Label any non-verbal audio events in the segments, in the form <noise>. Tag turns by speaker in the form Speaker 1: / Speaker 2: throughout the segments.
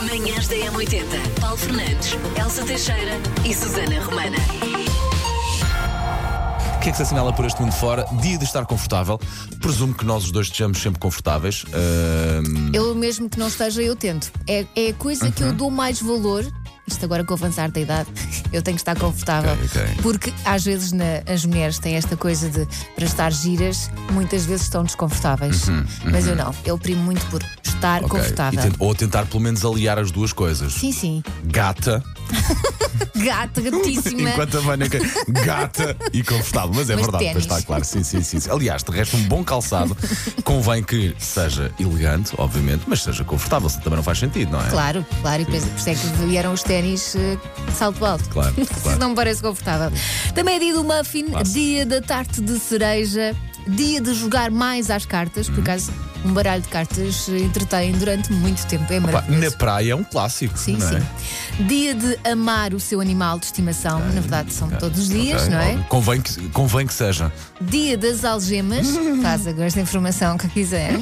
Speaker 1: Manhãs da M80. Paulo Fernandes, Elsa Teixeira e Susana Romana.
Speaker 2: O que é que se assinala por este mundo fora? Dia de estar confortável. Presumo que nós os dois estejamos sempre confortáveis. eh, Ahm,
Speaker 3: Eu mesmo que não esteja, eu tento. É, é a coisa que
Speaker 2: Uhum.
Speaker 3: eu dou mais valor. Isto agora com o avançar da idade, <laughs> eu tenho que estar confortável.
Speaker 2: Ok, ok.
Speaker 3: Porque às vezes na- as mulheres têm esta coisa de para estar giras, muitas vezes estão desconfortáveis. Mas eu não, eu primo muito por estar
Speaker 2: Uhum, ok.
Speaker 3: confortável.
Speaker 2: E tent- ou tentar pelo menos aliar as duas coisas.
Speaker 3: Sim, sim.
Speaker 2: Gata,
Speaker 3: Gata,
Speaker 2: <laughs>
Speaker 3: gatíssima.
Speaker 2: enquanto a Vânia. que- Gata e confortável. Mas é
Speaker 3: Mas
Speaker 2: verdade, pois
Speaker 3: ténis.
Speaker 2: está claro. Sim, sim, sim. sim. Aliás, de resto, um bom
Speaker 3: <laughs>
Speaker 2: calçado convém que seja elegante, obviamente, mas seja confortável. senão Também não faz sentido, não é?
Speaker 3: Claro, claro, e por isso é que vieram os ténis eh, de salto alto. <laughs>
Speaker 2: Claro, claro.
Speaker 3: Não me parece confortável. Também é dia do muffin, dia da tarte de cereja, dia de jogar mais às cartas,
Speaker 2: Uhum.
Speaker 3: por acaso um baralho de cartas eh, entretém durante muito tempo, é
Speaker 2: Pá, na
Speaker 3: maravilhoso.
Speaker 2: praia é um clássico.
Speaker 3: Sim,
Speaker 2: não é?
Speaker 3: sim. Dia de amar o seu animal de estimação, na verdade são todos os dias,
Speaker 2: Ok,
Speaker 3: não é?
Speaker 2: óbvio. Convém que, convém que seja.
Speaker 3: Dia
Speaker 2: <laughs>
Speaker 3: das algemas, faz agora esta informação que quiser.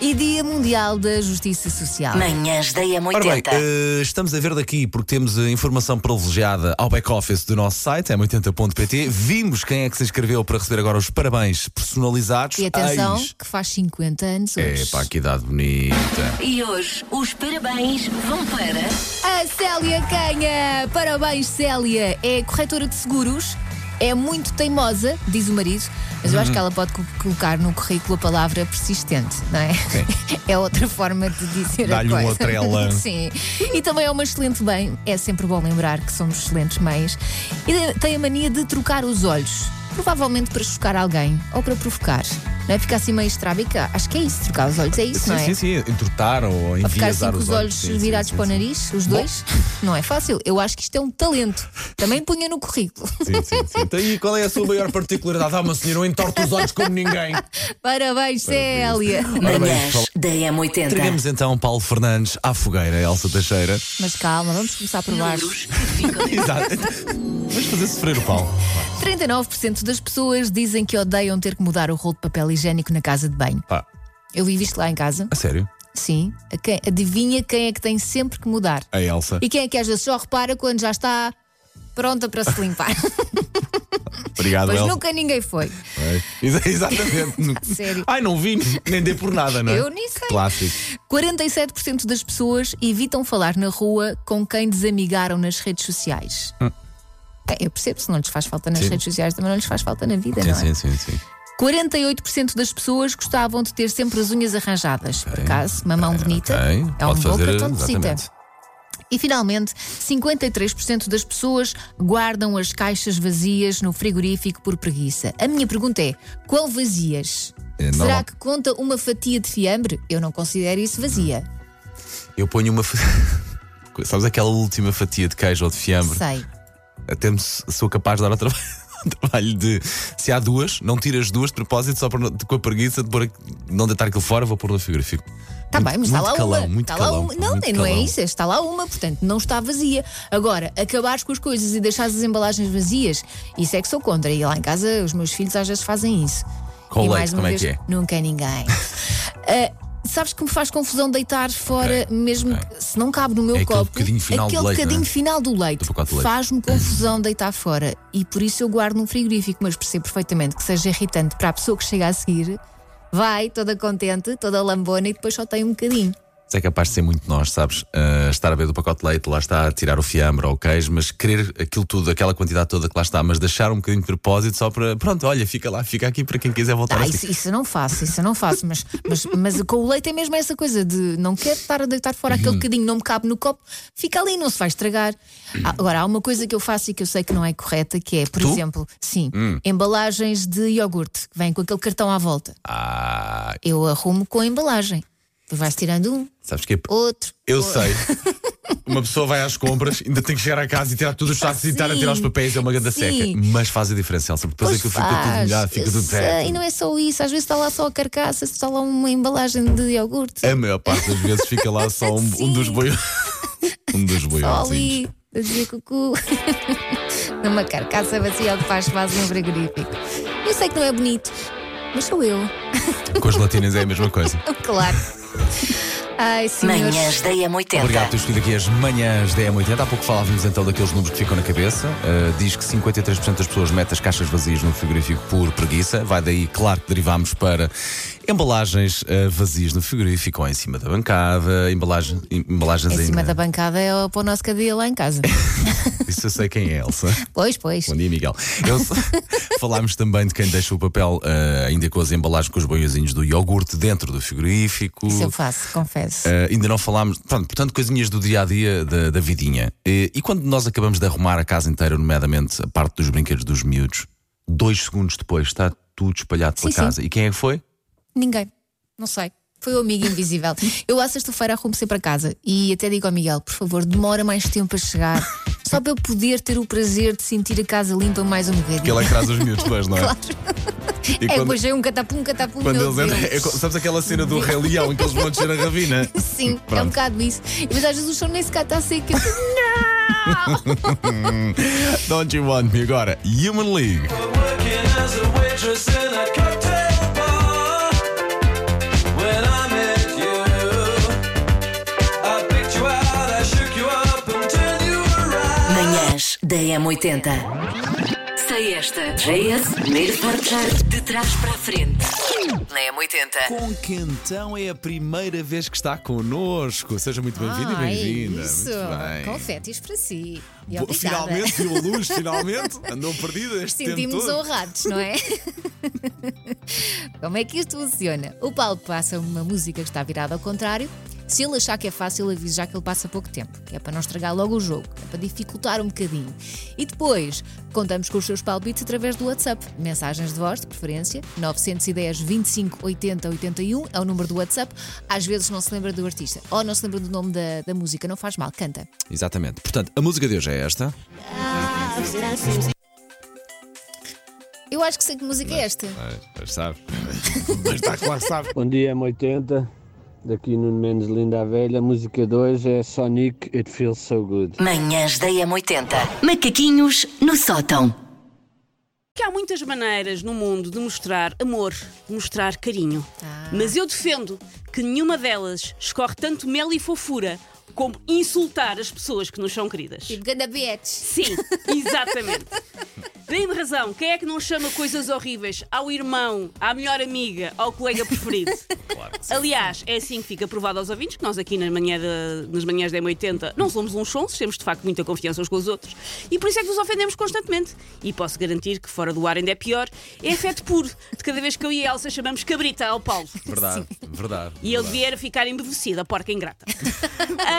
Speaker 3: E Dia Mundial da Justiça Social.
Speaker 1: Manhãs da M80.
Speaker 2: Ora bem, eh, estamos a ver daqui porque temos a informação privilegiada ao back-office do nosso site, é 80.pt. Vimos quem é que se inscreveu para receber agora os parabéns personalizados.
Speaker 3: E atenção,
Speaker 2: Eis-
Speaker 3: que faz 50 anos hoje.
Speaker 2: É, pá, que idade bonita.
Speaker 1: E hoje os parabéns vão para.
Speaker 3: A Célia Canha! Parabéns, Célia! É corretora de seguros, é muito teimosa, diz o marido, mas eu acho
Speaker 2: Uhum.
Speaker 3: que ela pode co- colocar no currículo a palavra persistente, não é? <laughs> É outra forma de dizer
Speaker 2: Dá-lhe um
Speaker 3: a coisa.
Speaker 2: outrela.
Speaker 3: <laughs> Sim. E também é uma excelente mãe, é sempre bom lembrar que somos excelentes mães. E tem a mania de trocar os olhos. Provavelmente para chocar alguém ou para provocar. Não é ficar assim meio estrábica? Acho que é isso, trocar os olhos, é isso, não é?
Speaker 2: sim, sim, sim, entortar ou
Speaker 3: Para ficar assim
Speaker 2: enviesar
Speaker 3: com os olhos
Speaker 2: Sim, sim,
Speaker 3: virados
Speaker 2: sim,
Speaker 3: para o
Speaker 2: sim.
Speaker 3: nariz, os
Speaker 2: Bom. <laughs>
Speaker 3: dois, não é fácil. Eu acho que isto é um talento. Também punha no currículo. <laughs>
Speaker 2: Sim, sim, sim. Então, e qual é a sua maior particularidade? Ah, uma senhora, não entorta os olhos como ninguém.
Speaker 3: Parabéns, Célia.
Speaker 2: Ora bem,
Speaker 1: Manhãs
Speaker 2: fal-
Speaker 1: da M80.
Speaker 2: Tragamos então Paulo Fernandes à fogueira, Elsa
Speaker 3: <laughs>
Speaker 2: Teixeira.
Speaker 3: Mas calma, vamos começar por baixo.
Speaker 1: Números que ficam na
Speaker 2: Exato. Vamos fazer sofrer o Paulo.
Speaker 3: 39% das pessoas dizem que odeiam ter que mudar o rolo de papel higiênico na casa de banho.
Speaker 2: Ah,
Speaker 3: Eu vivi isto lá em casa.
Speaker 2: a sério?
Speaker 3: Sim. A quem- adivinha quem é que tem sempre que mudar?
Speaker 2: A Elsa.
Speaker 3: E quem é que às vezes só repara quando já está pronta para se limpar?
Speaker 2: <laughs> Obrigado,
Speaker 3: Mas
Speaker 2: Elsa.
Speaker 3: nunca ninguém foi.
Speaker 2: Ex- É.
Speaker 3: <laughs>
Speaker 2: Exatamente.
Speaker 3: Sério.
Speaker 2: Ai, não vi, nem dei por nada, não é?
Speaker 3: Eu nem sei.
Speaker 2: Clássico.
Speaker 3: 47% das pessoas evitam falar na rua com quem desamigaram nas redes sociais. É, Eu percebo, se não lhes faz falta nas
Speaker 2: Hum. Sim.
Speaker 3: redes sociais, também não lhes faz falta na vida,
Speaker 2: Sim,
Speaker 3: não
Speaker 2: sim,
Speaker 3: é?
Speaker 2: sim, sim.
Speaker 3: 48% das pessoas gostavam de ter sempre as unhas arranjadas. Por acaso, uma mão bonita
Speaker 2: Ok,
Speaker 3: é um
Speaker 2: pode
Speaker 3: bom
Speaker 2: fazer,
Speaker 3: cartão de visita.
Speaker 2: exatamente.
Speaker 3: E finalmente, 53% das pessoas guardam as caixas vazias no frigorífico por preguiça. A minha pergunta é: quão vazias?
Speaker 2: É,
Speaker 3: Será
Speaker 2: normal.
Speaker 3: que conta uma fatia de fiambre? Eu não considero isso vazia.
Speaker 2: Eu ponho uma. fa- <laughs> Sabes aquela última fatia de queijo ou de fiambre?
Speaker 3: Sei.
Speaker 2: Até me s- sou capaz de dar ao trabalho. <laughs> ao Trabalho de se há duas, não tiras duas de propósito, só para, não- com a preguiça de pôr, aqu- não deitar aquilo fora, vou pôr no frigorífico.
Speaker 3: Está
Speaker 2: Muito-
Speaker 3: Tá bem, mas está
Speaker 2: muito
Speaker 3: lá
Speaker 2: calão,
Speaker 3: uma.
Speaker 2: Muito
Speaker 3: está
Speaker 2: calão,
Speaker 3: lá uma. Não,
Speaker 2: muito
Speaker 3: não é
Speaker 2: calão.
Speaker 3: isso, está lá uma, portanto não está vazia. Agora, acabares com as coisas e deixares as embalagens vazias, isso é que sou contra. E lá em casa os meus filhos às vezes fazem isso.
Speaker 2: Com
Speaker 3: e
Speaker 2: leite,
Speaker 3: mais uma
Speaker 2: como é
Speaker 3: vez,
Speaker 2: que é?
Speaker 3: Nunca é
Speaker 2: <laughs>
Speaker 3: ninguém. Ah, Sabes que me faz confusão deitar fora, mesmo
Speaker 2: ok.
Speaker 3: que- se não cabe no meu
Speaker 2: É aquele
Speaker 3: copo,
Speaker 2: bocadinho final do
Speaker 3: aquele
Speaker 2: leite,
Speaker 3: bocadinho
Speaker 2: não é?
Speaker 3: final do leite.
Speaker 2: Do pacote de leite.
Speaker 3: Faz-me confusão deitar fora e por isso eu guardo num frigorífico, mas percebo perfeitamente que seja irritante para a pessoa que chega a seguir. Vai toda contente, toda lambona e depois só tem um bocadinho.
Speaker 2: Isso é capaz de ser muito nós, sabes? Ah, estar a ver do pacote de leite, lá está a tirar o fiambre ou o queijo, mas querer aquilo tudo, aquela quantidade toda que lá está, mas deixar um bocadinho de propósito só para. Pronto, olha, fica lá, fica aqui para quem quiser voltar
Speaker 3: Ah,
Speaker 2: a
Speaker 3: isso, isso eu não faço, isso eu não faço, mas, mas, mas com o leite é mesmo essa coisa de não quero estar a deitar fora
Speaker 2: Uhum.
Speaker 3: aquele bocadinho, não me cabe no copo, fica ali, não se vai estragar. Ah, Agora, há uma coisa que eu faço e que eu sei que não é correta, que é, por
Speaker 2: Tu? Hum.
Speaker 3: exemplo, sim, embalagens de iogurte que vêm com aquele cartão à volta.
Speaker 2: Ah,
Speaker 3: Eu arrumo com a embalagem. Tu vais tirando um,
Speaker 2: sabes que é-
Speaker 3: outro.
Speaker 2: Eu
Speaker 3: outro. <laughs>
Speaker 2: sei. Uma pessoa vai às compras, ainda tem que chegar a casa e tirar tudo os sacos e estar a tirar os
Speaker 3: Sim.
Speaker 2: papéis, é uma grande seca.
Speaker 3: Sim.
Speaker 2: Mas faz a diferença, Elsa, porque depois é
Speaker 3: Pois
Speaker 2: aquilo fica
Speaker 3: faz,
Speaker 2: tudo molhado, fica
Speaker 3: eu
Speaker 2: tudo
Speaker 3: sei, E
Speaker 2: certo.
Speaker 3: não é só isso, às vezes está lá só a carcaça, está lá uma embalagem de iogurte.
Speaker 2: A maior parte das vezes fica
Speaker 3: <laughs>
Speaker 2: lá só um, um dos
Speaker 3: é Sim.
Speaker 2: boiões. um dos
Speaker 3: Só
Speaker 2: boiões.
Speaker 3: ali, a dizer cucu. <laughs> Numa carcaça vazia que faz base num frigorífico. Eu sei que não é bonito, mas sou eu,
Speaker 2: <laughs> Com as latinas é a mesma coisa.
Speaker 3: claro. Ai, senhores.
Speaker 1: Manhãs da M80.
Speaker 3: Então
Speaker 2: Obrigado por ter escolhido aqui as manhãs da M80. Há pouco falávamos então daqueles números que ficam na cabeça. Uh, diz que 53% das pessoas metem as caixas vazias no frigorífico por preguiça. Vai daí, claro que derivámos para embalagens uh, vazias no frigorífico ou em cima da bancada, embalagem, em- embalagens
Speaker 3: Em cima
Speaker 2: ainda.
Speaker 3: da bancada é o- para o nosso cadeia lá
Speaker 2: <laughs>
Speaker 3: em casa.
Speaker 2: Isso eu sei quem é, Elsa.
Speaker 3: Pois, pois.
Speaker 2: Bom dia, Miguel. Eu- <laughs> Falámos também de quem deixa o papel eh, ainda com as embalagens com os banhozinhos do iogurte dentro do frigorífico.
Speaker 3: Isso é eu faço, confesso.
Speaker 2: Eh, ainda não falámos, pronto, portanto, coisinhas do dia a dia da, da vidinha. Eh, E, quando nós acabamos de arrumar a casa inteira, nomeadamente a parte dos brinquedos dos miúdos, dois segundos depois está tudo espalhado pela
Speaker 3: Sim, sim.
Speaker 2: casa. E quem é que foi?
Speaker 3: Ninguém. Não sei. Foi o
Speaker 2: <laughs>
Speaker 3: amigo invisível. Eu à sexta-feira arrumo sempre a casa e até digo ao Miguel, por favor, demora mais tempo a chegar. Só para eu poder ter o prazer de sentir a casa limpa mais um
Speaker 2: Que
Speaker 3: bocadinho.
Speaker 2: ele é que traz os miúdos depois, não é?
Speaker 3: <laughs> Claro.
Speaker 2: E
Speaker 3: É,
Speaker 2: quando,
Speaker 3: hoje é um catapum, catapum.
Speaker 2: quando
Speaker 3: meu
Speaker 2: eles entram,
Speaker 3: Deus.
Speaker 2: é co- sabes aquela cena do Rei Leão em que eles vão descer a ravina?
Speaker 3: <laughs> Sim, é um
Speaker 2: Pronto.
Speaker 3: bocado isso. Mas às vezes o chão nem sequer está seco. Eu digo,
Speaker 2: Don't you want me agora? Human League.
Speaker 4: Working as a waitress in a cocktail bar. When I met you, I picked you out, I shook you up and turned you around.
Speaker 1: Manhãs da M80. Sei esta. JS, primeiro forjar de trás para a frente. Na M80.
Speaker 2: Com Quentão é a primeira vez que está connosco. Seja muito bem-vindo e
Speaker 3: "Ai,
Speaker 2: bem-vinda.
Speaker 3: Isso,
Speaker 2: Muito bem.
Speaker 3: confetes para si. E
Speaker 2: Bo-
Speaker 3: obrigada.
Speaker 2: Finalmente viu a
Speaker 3: <laughs>
Speaker 2: luz, finalmente. Andou perdida este tempo
Speaker 3: Sentimos
Speaker 2: todo.
Speaker 3: honrados, não é? Como é que isto funciona? O Paulo passa uma música que está virada ao contrário. Se ele achar que é fácil, avise já que ele passa pouco tempo, que é para não estragar logo o jogo, é para dificultar um bocadinho. E depois, contamos com os seus palpites através do WhatsApp. Mensagens de voz, de preferência, 910 25 80 81 é o número do WhatsApp. Às vezes não se lembra do artista ou não se lembra do nome da, da música, não faz mal, canta.
Speaker 2: Exatamente. Portanto, a música de hoje é esta.
Speaker 3: Eu acho que sei que música é esta.
Speaker 2: Mas sabe. <laughs> Mas está claro, sabe.
Speaker 5: Bom dia, M80. Daqui Nuno Mendes, linda a velha. Música 2 é Sonic, It Feels So Good.
Speaker 1: Manhãs da M80. Macaquinhos no sótão.
Speaker 6: Que há muitas maneiras no mundo de mostrar amor, de mostrar carinho.
Speaker 3: Ah.
Speaker 6: Mas eu defendo que nenhuma delas escorre tanto mel e fofura como insultar as pessoas que nos são queridas.
Speaker 3: Tipo, Ganda Bitch.
Speaker 6: Sim, exatamente. Tem-me razão. Quem é que não chama coisas horríveis ao irmão, à melhor amiga, ao colega preferido?
Speaker 2: Claro que sim.
Speaker 6: Aliás, é assim que fica provado aos ouvintes que nós aqui nas, manhã da- nas manhãs da M80 não somos uns sons, temos de facto muita confiança uns com os outros e por isso é que nos ofendemos constantemente. E posso garantir que fora do ar ainda é pior, é afeto puro de cada vez que eu e a Elsa chamamos cabrita ao Paulo.
Speaker 2: Verdade, verdade.
Speaker 6: E ele
Speaker 2: verdade.
Speaker 6: vier a ficar embevecida, porca ingrata.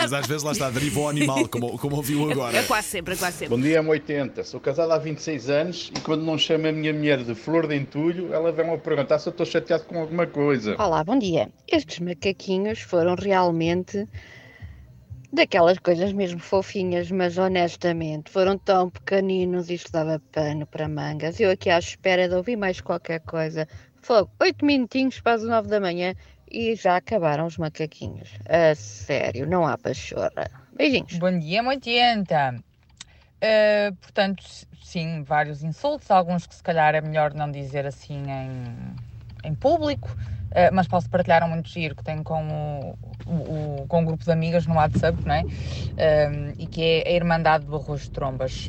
Speaker 2: Mas às vezes lá está, derivou ao animal, como, como ouviu agora.
Speaker 6: É quase sempre, é quase sempre.
Speaker 7: Bom dia, M80. Sou casado há 26 anos e quando não chamo a minha mulher de flor de entulho, ela vem-me a perguntar se eu estou chateado com alguma coisa.
Speaker 8: Olá, bom dia. Estes macaquinhos foram realmente daquelas coisas mesmo fofinhas, mas honestamente foram tão pequeninos, isto dava pano para mangas. Eu aqui à espera de ouvir mais qualquer coisa. Fogo, oito minutinhos para as nove da manhã e já acabaram os macaquinhos. A sério, não há pachorra. Beijinhos.
Speaker 9: Bom dia, 80. Uh, portanto, s- sim, vários insultos, alguns que se calhar é melhor não dizer assim em, em público, uh, mas posso partilhar um muito giro que tenho com, o, o- o- com um grupo de amigas no WhatsApp, não é? Um, e que é a Irmandade do Arroz de Trombas.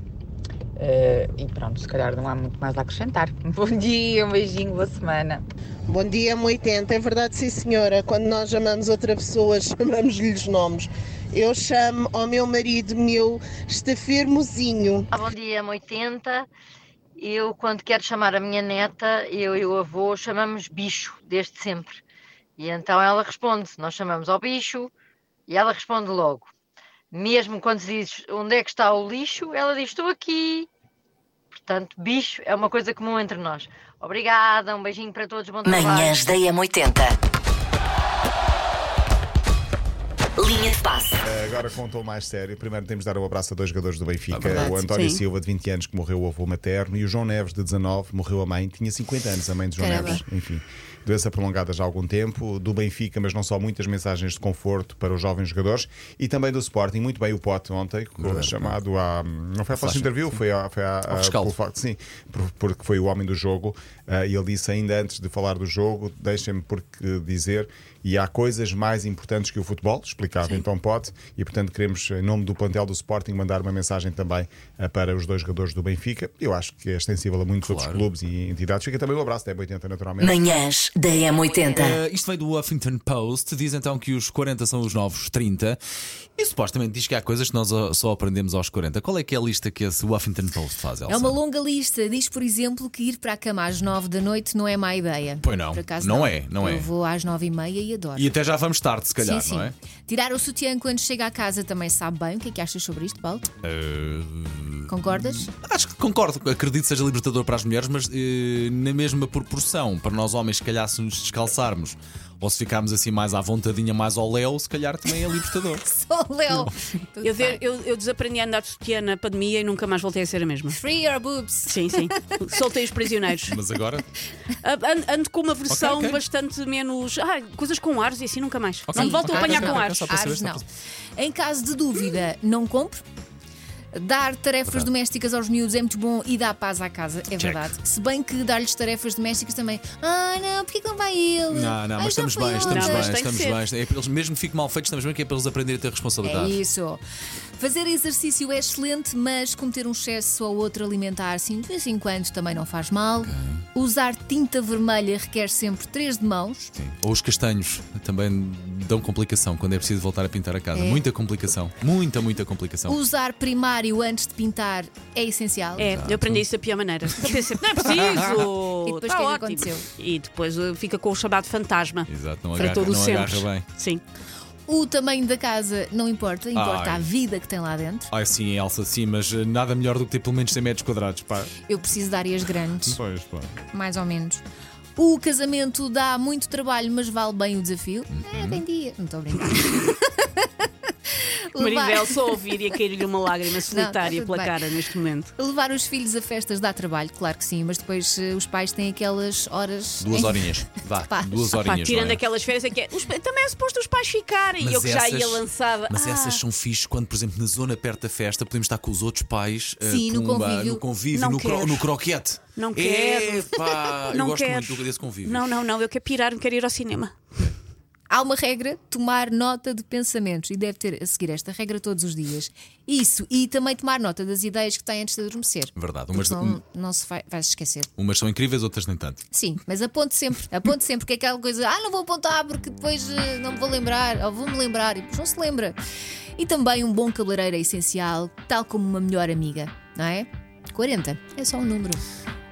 Speaker 9: Uh, e pronto, se calhar não há muito mais a acrescentar. <laughs> Bom dia, um beijinho, boa semana.
Speaker 10: Bom dia, 80. É verdade, sim, senhora. Quando nós amamos outra pessoa, <laughs> chamamos-lhes nomes. Eu chamo ao meu marido, meu estafermozinho.
Speaker 8: Olá, bom dia, 80. Eu, quando quero chamar a minha neta, eu e o avô chamamos bicho, desde sempre. E então ela responde, nós chamamos ao bicho e ela responde logo. Mesmo quando se diz onde é que está o lixo, ela diz estou aqui. Portanto, bicho é uma coisa comum entre nós. Obrigada, um beijinho para todos, bom trabalho.
Speaker 1: Manhãs da M80. Linha de passe.
Speaker 11: Eh, agora com um tom mais sério. Primeiro temos de dar um abraço a dois jogadores do Benfica:
Speaker 6: verdade,
Speaker 11: o António
Speaker 6: sim.
Speaker 11: Silva, de 20 anos, que morreu o avô materno, e o João Neves, de 19, morreu a mãe. Tinha 50 anos a mãe de João
Speaker 3: Caramba.
Speaker 11: Neves. Enfim, doença prolongada já há algum tempo. Do Benfica, mas não só muitas mensagens de conforto para os jovens jogadores e também do Sporting. Muito bem o Pote ontem, com- chamado a. Não foi a flash interview, foi a. Foi a,
Speaker 2: Ao rescaldo.
Speaker 11: pelo facto- sim, por- porque foi o homem do jogo eh, e ele disse ainda antes de falar do jogo, deixem-me porque dizer, e há coisas mais importantes que o futebol, explicava então Pote, e portanto queremos, em nome do plantel do Sporting, mandar uma mensagem também eh, para os dois jogadores do Benfica. Eu acho que é extensível a muitos outros clubes e entidades. Fica também o abraço da M80, naturalmente.
Speaker 1: Manhãs da M80.
Speaker 2: <laughs> Eh, isto veio do Huffington Post, diz então que os 40 são os novos 30 e supostamente diz que há coisas que nós ó, só aprendemos aos 40. Qual é que é a lista que esse Huffington Post faz, Elsa?
Speaker 3: É uma longa lista. Diz, por exemplo, que ir para a cama às nove da noite não é má ideia.
Speaker 2: Pois não.
Speaker 3: Por acaso,
Speaker 2: Não é, não é.
Speaker 3: Eu vou às nove e meia e adoro.
Speaker 2: E até já vamos tarde, se calhar,
Speaker 3: sim, sim.
Speaker 2: não é?
Speaker 3: Tirar o sutiã quando chega à casa também sabe bem. O que é que achas sobre isto, Paulo?
Speaker 2: Eh,
Speaker 3: Concordas? <laughs>
Speaker 2: Acho que concordo, acredito que seja libertador para as mulheres, mas eh, na mesma proporção, para nós homens, se calhar se nos descalçarmos ou se ficarmos assim mais à vontadinha, mais ao léu, se calhar também é
Speaker 6: <laughs>
Speaker 2: libertador.
Speaker 3: Sou Leo. Tudo
Speaker 6: Eu, de-
Speaker 3: bem.
Speaker 6: eu, eu desaprendi a andar de sutiã na pandemia e nunca mais voltei a ser a mesma.
Speaker 3: Free your boobs.
Speaker 6: Sim, sim. Soltei os prisioneiros.
Speaker 2: mas agora,
Speaker 6: Ah, an- Ando com uma versão
Speaker 2: Ok, ok.
Speaker 6: bastante menos. Ah, coisas com aros e assim nunca mais.
Speaker 2: Ok,
Speaker 6: Não me volto
Speaker 2: ok,
Speaker 6: a apanhar
Speaker 2: ok,
Speaker 6: com
Speaker 2: ok,
Speaker 6: aros.
Speaker 2: só para saber
Speaker 3: Ares
Speaker 2: se tá
Speaker 3: não. Em caso de dúvida, não compre. Dar tarefas domésticas aos miúdos é muito bom e dá paz à casa, é verdade. Se bem que dar-lhes tarefas domésticas também. Ah, não, porquê que não vai ele?
Speaker 2: não, não, mas
Speaker 3: Ah, já
Speaker 2: estamos
Speaker 3: foi
Speaker 2: bem, estamos
Speaker 3: outra."
Speaker 6: Não,
Speaker 2: bem,
Speaker 6: mas tem que
Speaker 2: estamos
Speaker 6: ser.
Speaker 2: bem. É para eles, mesmo que fique mal feito, estamos bem que é para eles aprenderem a ter
Speaker 3: É
Speaker 2: responsabilidade.
Speaker 3: isso. Fazer exercício é excelente, mas cometer um excesso ou outro alimentar assim de vez em quando também não faz mal. Usar tinta vermelha requer sempre três de mãos.
Speaker 2: Sim. Ou os castanhos também dão complicação quando é preciso voltar a pintar a
Speaker 6: É.
Speaker 2: casa. Muita complicação, muita, muita complicação.
Speaker 3: Usar primário antes de pintar é essencial.
Speaker 6: É, eu aprendi isso da pior maneira. Pensei, não é preciso!
Speaker 3: E depois o que é que
Speaker 6: tá ótimo.
Speaker 3: aconteceu?
Speaker 6: E depois uh, fica com o chamado fantasma.
Speaker 2: Exato, não
Speaker 6: para
Speaker 2: agarra,
Speaker 6: todo o
Speaker 2: não
Speaker 6: sempre.
Speaker 2: agarra bem.
Speaker 6: Sim.
Speaker 3: O tamanho da casa não importa, importa
Speaker 2: Ai.
Speaker 3: a vida que tem lá dentro.
Speaker 2: Ah, sim, Elsa, sim, mas eh, nada melhor do que ter pelo menos 100 metros quadrados, pá.
Speaker 3: Eu preciso de áreas grandes,
Speaker 2: Hum.
Speaker 11: Pois, pá.
Speaker 3: mais ou menos. O casamento dá muito trabalho, mas vale bem o desafio.
Speaker 2: Uhum.
Speaker 3: É, tem dia. Não estou
Speaker 2: <laughs>
Speaker 3: a brincar.
Speaker 6: O marido
Speaker 3: Levar-
Speaker 6: dela só ouvir e a cair-lhe uma lágrima solitária
Speaker 3: tudo
Speaker 6: pela
Speaker 3: bem.
Speaker 6: cara neste momento.
Speaker 3: Levar os filhos a festas dá trabalho, claro que sim, mas depois eh, os pais têm aquelas horas.
Speaker 2: Duas
Speaker 3: em-
Speaker 2: horinhas. Vá,
Speaker 3: Pá.
Speaker 2: duas
Speaker 6: Pá,
Speaker 2: horinhas. não
Speaker 6: tirando
Speaker 2: é?
Speaker 6: aquelas férias é que é, os pa- também é suposto os pais ficarem. E eu que já ia lançada.
Speaker 2: Mas
Speaker 6: ah,
Speaker 2: essas são fixe quando, por exemplo, na zona perto da festa, podemos estar com os outros pais eh,
Speaker 3: Sim, no convívio.
Speaker 2: no convívio,
Speaker 6: Não
Speaker 2: no, cro-
Speaker 6: quero.
Speaker 2: no croquete.
Speaker 6: Não quero. <laughs>
Speaker 2: Epá,
Speaker 6: Não
Speaker 2: eu gosto
Speaker 6: quero.
Speaker 2: muito desse convívio.
Speaker 6: Não, não, não, eu quero pirar, não quero ir ao cinema.
Speaker 3: Há uma regra, tomar nota de pensamentos, e deve ter a seguir esta regra todos os dias. Isso, e também tomar nota das ideias que tem antes de adormecer.
Speaker 2: Verdade,
Speaker 3: Porque
Speaker 2: umas,
Speaker 3: senão não se vai, vai-se esquecer.
Speaker 2: umas são incríveis, outras nem tanto.
Speaker 3: Sim, mas aponte sempre, aponte sempre, porque é aquela coisa, ah, não vou apontar porque depois eh, não me vou lembrar, ou vou-me lembrar, e depois não se lembra. E também um bom cabeleireiro é essencial, tal como uma melhor amiga, não é? 40 é só um número.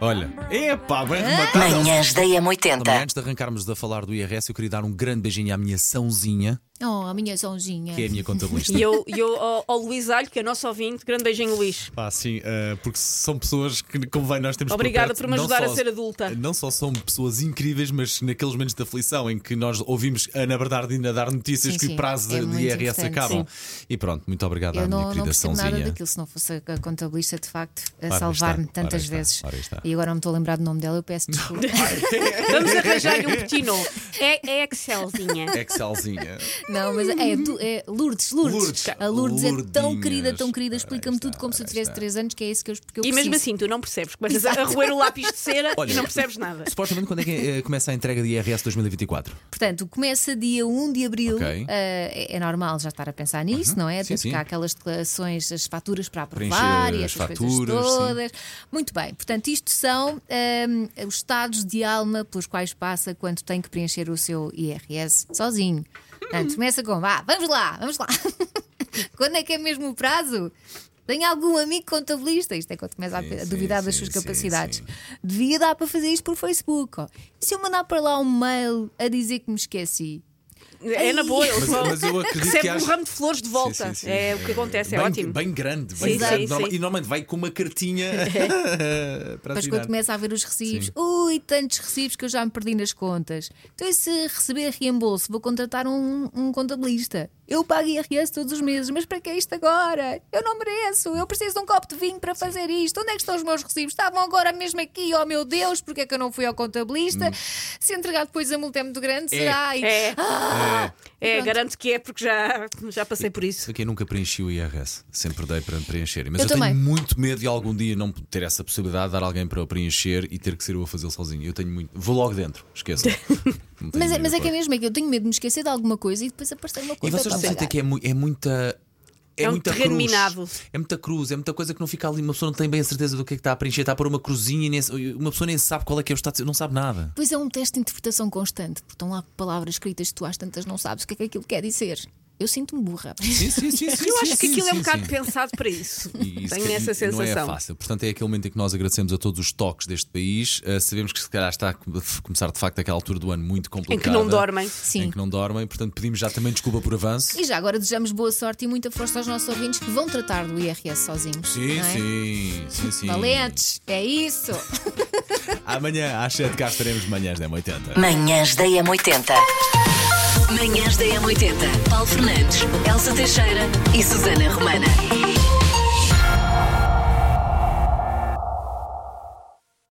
Speaker 2: Olha, epá, bem
Speaker 6: Ah.
Speaker 2: rematado.
Speaker 1: Manhãs da
Speaker 2: Também
Speaker 6: tá.
Speaker 1: M80.
Speaker 2: antes de arrancarmos a falar do IRS, eu queria dar um grande beijinho à minha Sãozinha,
Speaker 3: Oh, a minha sonjinha.
Speaker 2: que é a
Speaker 6: <laughs>
Speaker 2: minha contabilista.
Speaker 6: E eu, e eu ao, ao Luís Alho, que é nosso ouvinte, grande beijinho, Luís.
Speaker 2: Pá, sim, eh, porque são pessoas que, convém, nós temos por
Speaker 6: Obrigada
Speaker 2: perto,
Speaker 6: por me
Speaker 2: não
Speaker 6: ajudar a
Speaker 2: só-
Speaker 6: ser adulta.
Speaker 2: <laughs> Não só são pessoas incríveis, mas naqueles momentos de aflição em que nós ouvimos a Ana Bernardina dar notícias
Speaker 3: Sim,
Speaker 2: que
Speaker 3: sim,
Speaker 2: o prazo
Speaker 3: é
Speaker 2: de
Speaker 3: muito
Speaker 2: IRS
Speaker 3: importante,
Speaker 2: acabam. E pronto, muito obrigado à
Speaker 3: Eu
Speaker 2: minha
Speaker 3: não, não
Speaker 2: querida
Speaker 3: percebo nada
Speaker 2: Sãozinha.
Speaker 3: daquilo se não fosse a contabilista, de facto, a
Speaker 2: Ora
Speaker 3: salvar-me
Speaker 2: está, ora
Speaker 3: tantas
Speaker 2: está,
Speaker 3: vezes.
Speaker 2: ora está.
Speaker 3: E agora não me estou a lembrar do nome dela,
Speaker 2: <laughs>
Speaker 3: eu peço desculpa.
Speaker 6: Vamos arranjar-lhe um petino. É, é Excelzinha.
Speaker 2: <laughs> Excelzinha.
Speaker 3: não, mas é, tu- é Lourdes, Lourdes.
Speaker 2: Lourdes.
Speaker 3: A Lourdes é tão
Speaker 2: Lourdinhas.
Speaker 3: querida, tão querida,
Speaker 2: Ora
Speaker 3: explica-me
Speaker 2: está,
Speaker 3: tudo como se eu
Speaker 2: ora
Speaker 3: tivesse
Speaker 2: está.
Speaker 3: 3 anos, que é isso que eu, porque eu
Speaker 6: E mesmo
Speaker 3: preciso.
Speaker 6: assim, tu não percebes. Começas a roer o lápis de cera
Speaker 2: Olha,
Speaker 6: e não percebes nada.
Speaker 2: Supostamente, quando é que eh, começa a entrega de IRS 2024?
Speaker 3: Portanto, começa dia 1 de abril.
Speaker 2: Ok. Uhum.
Speaker 3: Ah, é, é normal já estar a pensar nisso, não é?
Speaker 2: Sim,
Speaker 3: Temos
Speaker 2: sim.
Speaker 3: cá aquelas declarações, as faturas para aprovar
Speaker 2: Preencher
Speaker 3: e
Speaker 2: as
Speaker 3: essas
Speaker 2: faturas,
Speaker 3: coisas
Speaker 2: sim.
Speaker 3: todas. Muito bem, portanto, isto são ah, os estados de alma pelos quais passa quando tem que preencher o seu IRS sozinho.
Speaker 2: Hum.
Speaker 3: Portanto, começa com, vá, vamos lá, vamos lá. <laughs> quando é que é mesmo o prazo? Tem algum amigo contabilista? Isto é quando começa a,
Speaker 2: Sim,
Speaker 3: a
Speaker 2: sim,
Speaker 3: duvidar das
Speaker 2: sim,
Speaker 3: suas
Speaker 2: sim,
Speaker 3: capacidades.
Speaker 2: sim.
Speaker 3: Devia Oh, dar para fazer isto por Facebook. ó. E se eu mandar para lá um mail a dizer que me esqueci?
Speaker 6: É na boa, eles
Speaker 2: Mas-
Speaker 6: vão-
Speaker 2: mas eu acredito
Speaker 6: recebe
Speaker 2: que haja-
Speaker 6: um ramo de flores de volta.
Speaker 2: Sim, sim, sim.
Speaker 6: É o que acontece, é
Speaker 2: bem,
Speaker 6: ótimo.
Speaker 2: Bem grande, bem
Speaker 6: Sim,
Speaker 2: grande.
Speaker 6: sim,
Speaker 2: Norma-
Speaker 6: sim.
Speaker 2: E normalmente vai com uma cartinha <laughs> para
Speaker 3: Mas
Speaker 2: assinar.
Speaker 3: quando começa a ver os recibos,
Speaker 2: Sim.
Speaker 3: ui, tantos recibos que eu já me perdi nas contas. Então, e se receber reembolso, vou contratar um, um contabilista. Eu pago IRS todos os meses, mas para que isto agora? Eu não mereço, eu preciso de um copo de vinho para fazer isto. Onde é que estão os meus recibos? Estavam agora mesmo aqui, oh meu Deus, porque é que eu não fui ao contabilista? Se entregar depois a multa é muito grande,
Speaker 2: Hum. É.
Speaker 3: será? E-
Speaker 6: É.
Speaker 3: Ah!
Speaker 6: É,
Speaker 3: Pronto.
Speaker 6: garanto que é porque já, já passei por isso.
Speaker 2: Sei que eu nunca preenchi o IRS, sempre dei para preencher. Mas eu,
Speaker 3: Eu também.
Speaker 2: tenho muito medo de algum dia não ter essa possibilidade de dar alguém para eu preencher e ter que ser eu a fazê-lo sozinho. Eu tenho muito. Vou logo dentro, esqueço.
Speaker 6: <laughs>
Speaker 2: Não tenho
Speaker 3: Mas, é-
Speaker 2: medo,
Speaker 3: mas é que é
Speaker 2: claro.
Speaker 3: mesmo, é que eu tenho medo de me esquecer de alguma coisa e depois aparecer uma
Speaker 2: E
Speaker 3: coisa.
Speaker 2: vocês
Speaker 3: para
Speaker 2: não sentem
Speaker 3: pagar.
Speaker 2: que é, mui- é muita. É,
Speaker 6: É um
Speaker 2: muita
Speaker 6: terreno
Speaker 2: cruz.
Speaker 6: minado.
Speaker 2: É muita cruz, é muita coisa que não fica ali. Uma pessoa não tem bem a certeza do que é que está a preencher. Está a pôr uma cruzinha e nem, uma pessoa nem sabe qual é que é o estado. Não sabe nada.
Speaker 3: Pois é um teste de interpretação constante, porque estão lá palavras escritas que tu às tantas não sabes o que é que aquilo quer dizer. Eu sinto-me burra. <laughs>
Speaker 2: Sim, sim, sim. sim,
Speaker 6: <laughs> Eu
Speaker 2: sim,
Speaker 6: acho que
Speaker 2: sim,
Speaker 6: aquilo é um
Speaker 2: sim,
Speaker 6: bocado
Speaker 2: sim.
Speaker 6: pensado para isso.
Speaker 2: E isso
Speaker 6: Tenho
Speaker 2: que-
Speaker 6: essa sensação.
Speaker 2: Não é fácil. Portanto, é aquele momento em que nós agradecemos a todos os toques deste país. Ah, sabemos que se calhar está a come- começar de facto aquela altura do ano muito complicada.
Speaker 6: não dormem.
Speaker 3: Sim.
Speaker 2: Em que não dormem. Portanto, pedimos já também desculpa por avanço.
Speaker 3: E já agora desejamos boa sorte e muita força aos nossos ouvintes que vão tratar do IRS sozinhos.
Speaker 2: Sim,
Speaker 3: não é?
Speaker 2: sim, sim, sim.
Speaker 3: Valentes, é isso.
Speaker 2: Amanhã às 7 cá estaremos de manhãs da M80.
Speaker 1: Manhãs da M80. Manhãs da M80. Paulo Fernandes, Elsa Teixeira e Susana Romana.